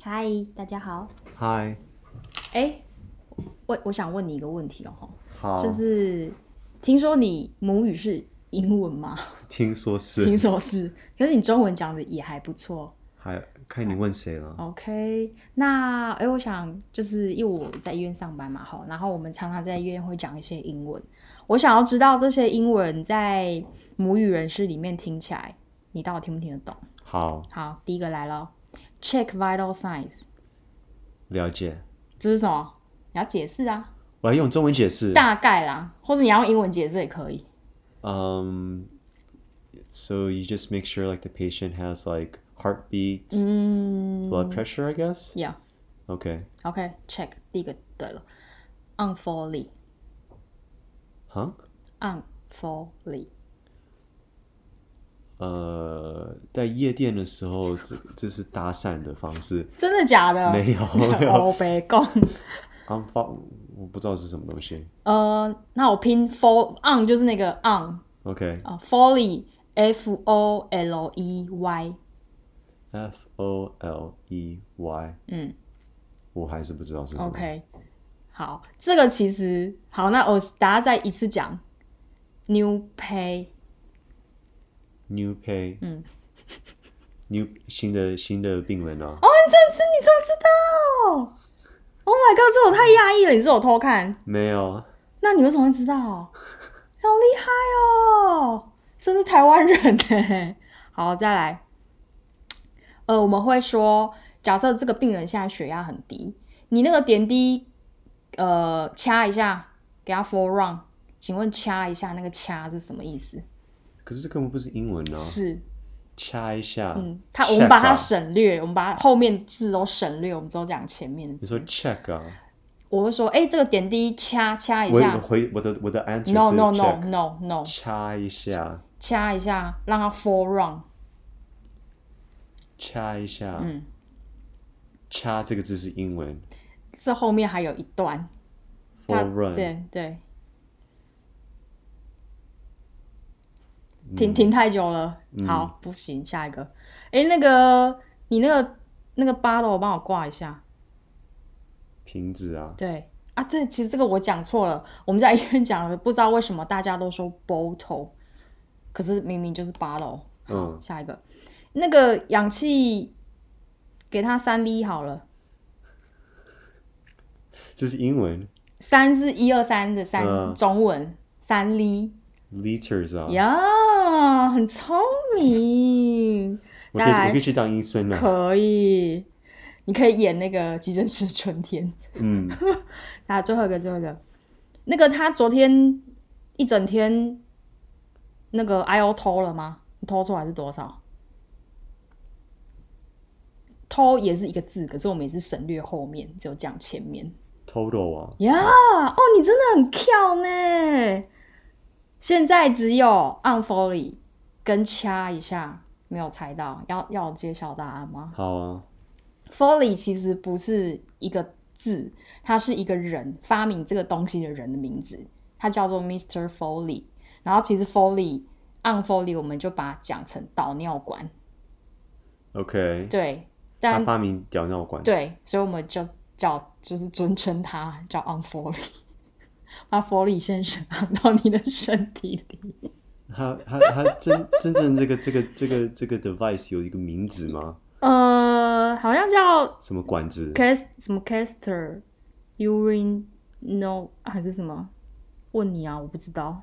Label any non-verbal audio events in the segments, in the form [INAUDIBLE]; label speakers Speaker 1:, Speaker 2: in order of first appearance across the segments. Speaker 1: 嗨，大家好。
Speaker 2: 嗨，
Speaker 1: 哎、我我想问你一个问题哦，
Speaker 2: 好，
Speaker 1: 就是听说你母语是英文吗？
Speaker 2: 听说是
Speaker 1: 听说是，可是你中文讲的也还不错。
Speaker 2: 还看你问谁了。
Speaker 1: OK，那哎、我想就是因为我在医院上班嘛，哈，然后我们常常在医院会讲一些英文。我想要知道这些英文在母语人士里面听起来，你到底听不听得懂？
Speaker 2: 好，
Speaker 1: 好，第一个来了，check vital signs，
Speaker 2: 了解。
Speaker 1: 这是什么？你要解释啊，
Speaker 2: 我还用中文解释。
Speaker 1: 大概啦，或者你要用英文解释也可以。
Speaker 2: Um, so you just make sure like the patient has like heartbeat,
Speaker 1: 嗯
Speaker 2: blood pressure, I guess.
Speaker 1: Yeah.
Speaker 2: Okay.
Speaker 1: OK，check、第一个对了，on for
Speaker 2: Huh?
Speaker 1: lee，on for lee，
Speaker 2: 呃，在夜店的时候，这这是搭讪的方式。
Speaker 1: 真的假的？ [LAUGHS]
Speaker 2: 没有没有
Speaker 1: 欧北共。
Speaker 2: I'm fo- 我不知道是什么东西。
Speaker 1: [LAUGHS] 呃，那我拼 for on 就是那个 on
Speaker 2: OK.
Speaker 1: 啊、for lee f o l e y，
Speaker 2: F O L E Y，
Speaker 1: 嗯。
Speaker 2: 我还是不知道是什么。
Speaker 1: OK，好，这个其实好，那我大家再一次讲，new pay，
Speaker 2: New pay，
Speaker 1: 嗯
Speaker 2: ，New 新的新的病人啊。
Speaker 1: 哦，你这次你怎么知道？Oh my god，这我太压抑了，你是有偷看？
Speaker 2: 没有。啊
Speaker 1: 那你为什么会知道？ [LAUGHS] 好厉害哦，真是台湾人呢。好，再来，呃，我们会说，假设这个病人现在血压很低，你那个点滴，呃，掐一下，给他 four round，请问掐一下那个掐是什么意思？
Speaker 2: 可是这根本不是英文啊！
Speaker 1: 是，
Speaker 2: 掐一下，
Speaker 1: 嗯，它我
Speaker 2: check
Speaker 1: 们把它
Speaker 2: 啊
Speaker 1: 省略，我们把它后面字都省略，我们只有讲前面的
Speaker 2: 你
Speaker 1: 字。
Speaker 2: 说 check 啊，
Speaker 1: 我会说，哎、这个点滴掐掐一
Speaker 2: 我
Speaker 1: 下
Speaker 2: 我回我的我的 answer 是
Speaker 1: ，no no no
Speaker 2: check
Speaker 1: no no，
Speaker 2: 掐一下，
Speaker 1: 掐一下，让它 four round，
Speaker 2: 掐一下，
Speaker 1: 嗯，
Speaker 2: 掐这个字是英文
Speaker 1: 这后面还有一段。它
Speaker 2: ，for run，
Speaker 1: 对对，
Speaker 2: 嗯
Speaker 1: 停停太久了，好，不行，下一个。哎、那个你那个那个八楼，帮我挂一下。
Speaker 2: 瓶子啊，
Speaker 1: 对啊，这其实这个我讲错了，我们在医院讲的，不知道为什么大家都说 bottle，可是明明就是八楼。
Speaker 2: 嗯，
Speaker 1: 下一个，那个氧气给它三滴好了，
Speaker 2: 这是英文
Speaker 1: 三是一二三的三，
Speaker 2: 嗯
Speaker 1: 中文三滴。
Speaker 2: liters 啊，
Speaker 1: 呀很聪明，
Speaker 2: 我可以
Speaker 1: 再
Speaker 2: 我可以
Speaker 1: 来
Speaker 2: 去当医生啊，
Speaker 1: 可以，你可以演那个急诊室的春天。 [LAUGHS]
Speaker 2: 嗯，
Speaker 1: 啊，最后一个，最后一个，那个他昨天一整天那个 I O 偷了吗？你偷出来是多少？偷也是一个字，可是我们也是省略后面，只有讲前面。
Speaker 2: total 啊，
Speaker 1: 呀、哦，你真的很跳呢！现在只有 on folly 跟掐一下没有猜到，要要我揭晓答案吗
Speaker 2: 好啊，
Speaker 1: ？folly 其实不是一个字，它是一个人发明这个东西的人的名字，他叫做 Mr. Foley。然后其实 folly on folly 我们就把它讲成导尿管，
Speaker 2: ，OK，
Speaker 1: 对，
Speaker 2: 他
Speaker 1: 但
Speaker 2: 发明屌尿管，
Speaker 1: 对，所以我们就叫就是尊称他叫 On Foley，把 Foley 先生放到你的身体里。
Speaker 2: 他他他真真正这个这个这个这个 device 有一个名字吗？
Speaker 1: 呃，好像叫
Speaker 2: 什么管子？
Speaker 1: Cast 什么 Caster Urine No 还是什么？问你啊，我不知道。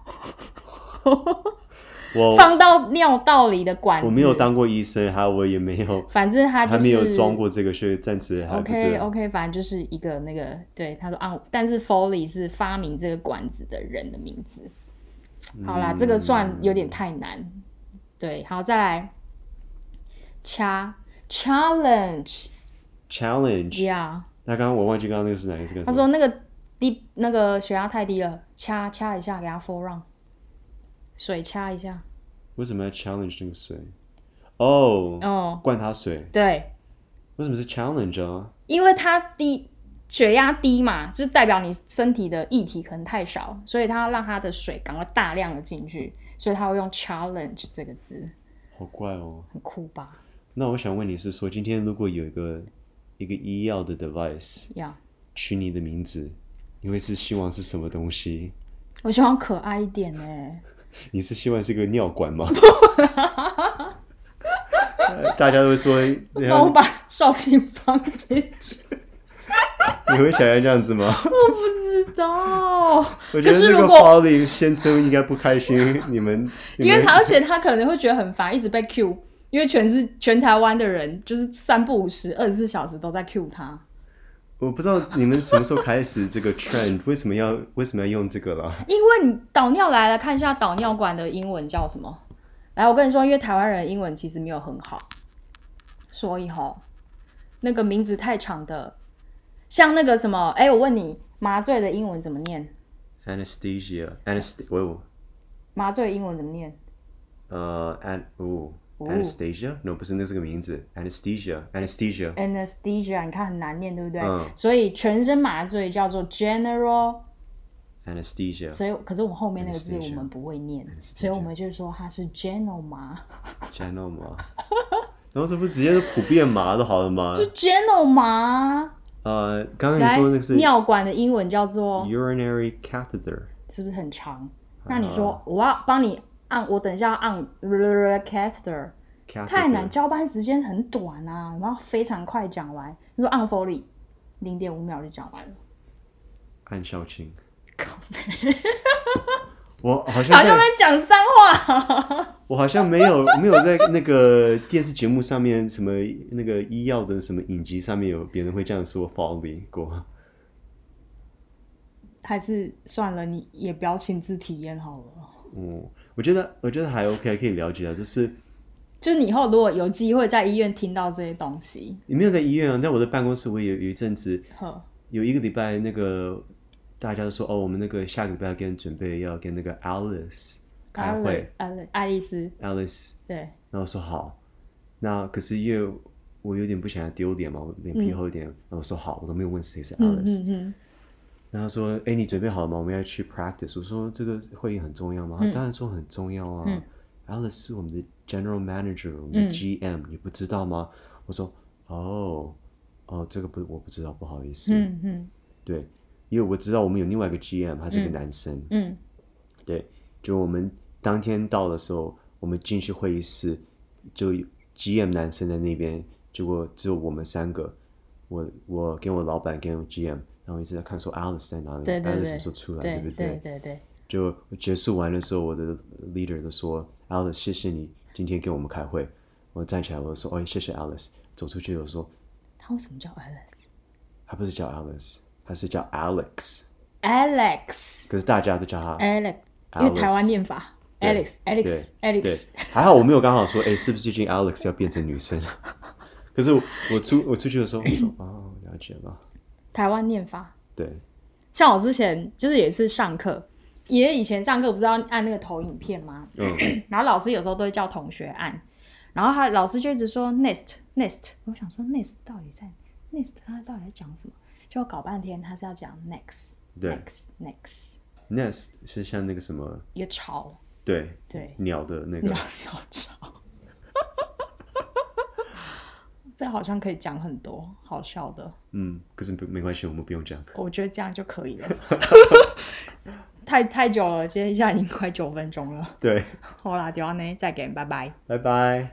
Speaker 2: 我
Speaker 1: 放到尿道里的管子，
Speaker 2: 哦我没有，当过医生，还有我也没有
Speaker 1: 反正他就
Speaker 2: 还
Speaker 1: 是
Speaker 2: 没有装过这个，所以暂时还不知
Speaker 1: OK 哦
Speaker 2: 道。
Speaker 1: OK，反正就是一个那个，对，他说啊，但是 Foley 是发明这个管子的人的名字。好啦，这个
Speaker 2: 嗯
Speaker 1: 算有点太难。对，好，再来，掐 challenge
Speaker 2: challenge。
Speaker 1: 呀、
Speaker 2: 那刚刚我忘记刚刚那个是哪个是个什么？
Speaker 1: 他说那个低，那个血压太低了，掐掐一下，给他 four round，水掐一下。
Speaker 2: 为什么要 challenge 那个水？哦、
Speaker 1: 哦，
Speaker 2: 灌他水。
Speaker 1: 对，
Speaker 2: 为什么是 challenge 啊？
Speaker 1: 因为它低血压低嘛，就代表你身体的液体可能太少，所以它要让它的水赶快大量的进去，所以它会用 challenge 这个字，
Speaker 2: 好怪哦。
Speaker 1: 很酷吧？
Speaker 2: 那我想问你是说，今天如果有一个一个医药的 device
Speaker 1: 呀、
Speaker 2: 取你的名字，你会是希望是什么东西？
Speaker 1: 我希望可爱一点哎、
Speaker 2: 你是希望是个尿
Speaker 1: [LAUGHS]
Speaker 2: 管吗？呃大家都会
Speaker 1: [LAUGHS]
Speaker 2: 说，然
Speaker 1: 帮我
Speaker 2: 后
Speaker 1: 把少卿放进去，
Speaker 2: 你会想要这样子
Speaker 1: [LAUGHS]
Speaker 2: 吗？
Speaker 1: 我不知道。
Speaker 2: 我
Speaker 1: 可
Speaker 2: 觉得
Speaker 1: 是
Speaker 2: 这
Speaker 1: 如
Speaker 2: 个
Speaker 1: 果
Speaker 2: Polly 先生应该不开心，你们
Speaker 1: [LAUGHS]
Speaker 2: 你
Speaker 1: 因为
Speaker 2: 们
Speaker 1: 他，而且他可能会觉得很烦，一直被 Q，因为全是全台湾的人，就是三不五时、二十四小时都在 Q 他。
Speaker 2: 我不知道你们什么时候开始这个 trend，为什么要为什么要用这个了？
Speaker 1: 因为你导尿来了，看一下导尿管的英文叫什么？来，我跟你说，因为台湾人英文其实没有很好，所以吼，那个名字太长的，像那个什么，哎、我问你，麻醉的英文怎么念？
Speaker 2: Anesthesia，anest，哦，
Speaker 1: 麻醉的英文怎么念？
Speaker 2: 呃，an，哦
Speaker 1: 哦
Speaker 2: ，anesthesia，no，不是，那是个名字，anesthesia，anesthesia，
Speaker 1: anesthesia，你看很难念，对不对？
Speaker 2: 嗯
Speaker 1: 所以全身麻醉叫做 general，所
Speaker 2: anesthesia，
Speaker 1: 以可是我后面那个字我
Speaker 2: Anesthesia
Speaker 1: 们不会念，
Speaker 2: Anesthesia
Speaker 1: 所以我们就是说它是 general 麻，[LAUGHS]
Speaker 2: channel 吗？然后这不直接是普遍麻的好了吗
Speaker 1: 就？general 麻。
Speaker 2: 呃，刚刚
Speaker 1: 来
Speaker 2: 你说那个是
Speaker 1: 尿管的英文叫做
Speaker 2: urinary catheter，
Speaker 1: 是不是很长？
Speaker 2: 啊
Speaker 1: 那你说我要帮你按，我等一下要按 caster，太难，
Speaker 2: catheter，
Speaker 1: 交班时间很短啊，然后非常快讲完。你说按 Foley，零点五秒就讲完了，
Speaker 2: 按校庆，
Speaker 1: 靠北，
Speaker 2: 我好像
Speaker 1: 好像
Speaker 2: 在
Speaker 1: 在讲脏话。 [LAUGHS]
Speaker 2: 我好像没有 [LAUGHS] 没有在那个电视节目上面什么那个医药的什么影集上面有别人会这样说 folly 过，
Speaker 1: 还是算了，你也不要亲自体验好了。
Speaker 2: 嗯，我觉得我觉得还 OK 可以了解啊，就是
Speaker 1: 就是你以后如果有机会在医院听到这些东西，
Speaker 2: 你没有在医院啊，在我的办公室我也有有一阵子
Speaker 1: 呵，
Speaker 2: 有一个礼拜那个大家都说哦，我们那个下个礼拜要跟准备要跟那个 Alice 开会
Speaker 1: 艾丽，爱丽丝，
Speaker 2: ，Alice，
Speaker 1: 对，
Speaker 2: 然后我说好，那可是因为我有点不想要丢脸嘛，我脸皮
Speaker 1: 嗯
Speaker 2: 厚一点，然后我说好，我都没有问谁是
Speaker 1: 嗯
Speaker 2: Alice，、
Speaker 1: 嗯嗯，
Speaker 2: 然后他说：“哎，你准备好了吗？我们要去 practice。”我说：“这个会议很重要吗？”他当然说很重要啊。
Speaker 1: 嗯
Speaker 2: Alice 是我们的 general manager，我们的
Speaker 1: 嗯
Speaker 2: GM，、你不知道吗？我说：“哦，哦，这个不，我不知道，不好意思。
Speaker 1: 嗯嗯
Speaker 2: 对，因为我知道我们有另外一个 GM，他是个
Speaker 1: 嗯
Speaker 2: 男生。
Speaker 1: 嗯
Speaker 2: 对，就我们当天到的时候，我们进去会议室，就有 GM 男生在那边，结果只有我们三个，我我跟我老板跟我 GM，然后一直在看说 Alice 在哪里
Speaker 1: 对对对
Speaker 2: ，Alice 嗯什么时候出来，
Speaker 1: 对
Speaker 2: 不
Speaker 1: 对对对，
Speaker 2: 就结束完的时候，我的 leader 就说：“Alice，谢谢你今天给我们开会。”我站起来，我就说：“哦，谢谢 Alice。”走出去，我说
Speaker 1: 他为什么叫 Alice？Alex？：“
Speaker 2: 他不是叫 Alice，他是叫 Alex。”
Speaker 1: Alex
Speaker 2: 可是大家都叫他
Speaker 1: Alex，因哎
Speaker 2: Alice
Speaker 1: 为台湾念法
Speaker 2: 对
Speaker 1: Alex
Speaker 2: 对
Speaker 1: Alex
Speaker 2: 对
Speaker 1: Alex，，
Speaker 2: 还好我没有刚好说，哎，是不是最近 Alex 要变成女生？ [LAUGHS] 可是我我出我出去的时候，我说
Speaker 1: [LAUGHS]
Speaker 2: 哦，了解了，
Speaker 1: 台湾念法。
Speaker 2: 对，
Speaker 1: 像我之前就是也是上课，爷爷以前上课不是要按那个投影片吗？
Speaker 2: 嗯，
Speaker 1: [CLEARS THROAT] 然后老师有时候都会叫同学按，然后他老师就一直说 next next，我想说 next 到底在 next 他到底在讲什么？就搞半天他是要讲 next
Speaker 2: 对
Speaker 1: next next，
Speaker 2: ，nest 是像那个什么，
Speaker 1: 一个潮，
Speaker 2: 对
Speaker 1: 对
Speaker 2: 鸟的那
Speaker 1: [LAUGHS] 鸟
Speaker 2: 个，
Speaker 1: 鸟潮。这好像可以讲很多好笑的。
Speaker 2: 嗯，可是不没关系，我们不用讲，
Speaker 1: 我觉得这样就可以了。太太久了，今天一下已经快九分钟了。
Speaker 2: 对，
Speaker 1: 好啦，丢安呢，再见，拜拜。
Speaker 2: 拜拜。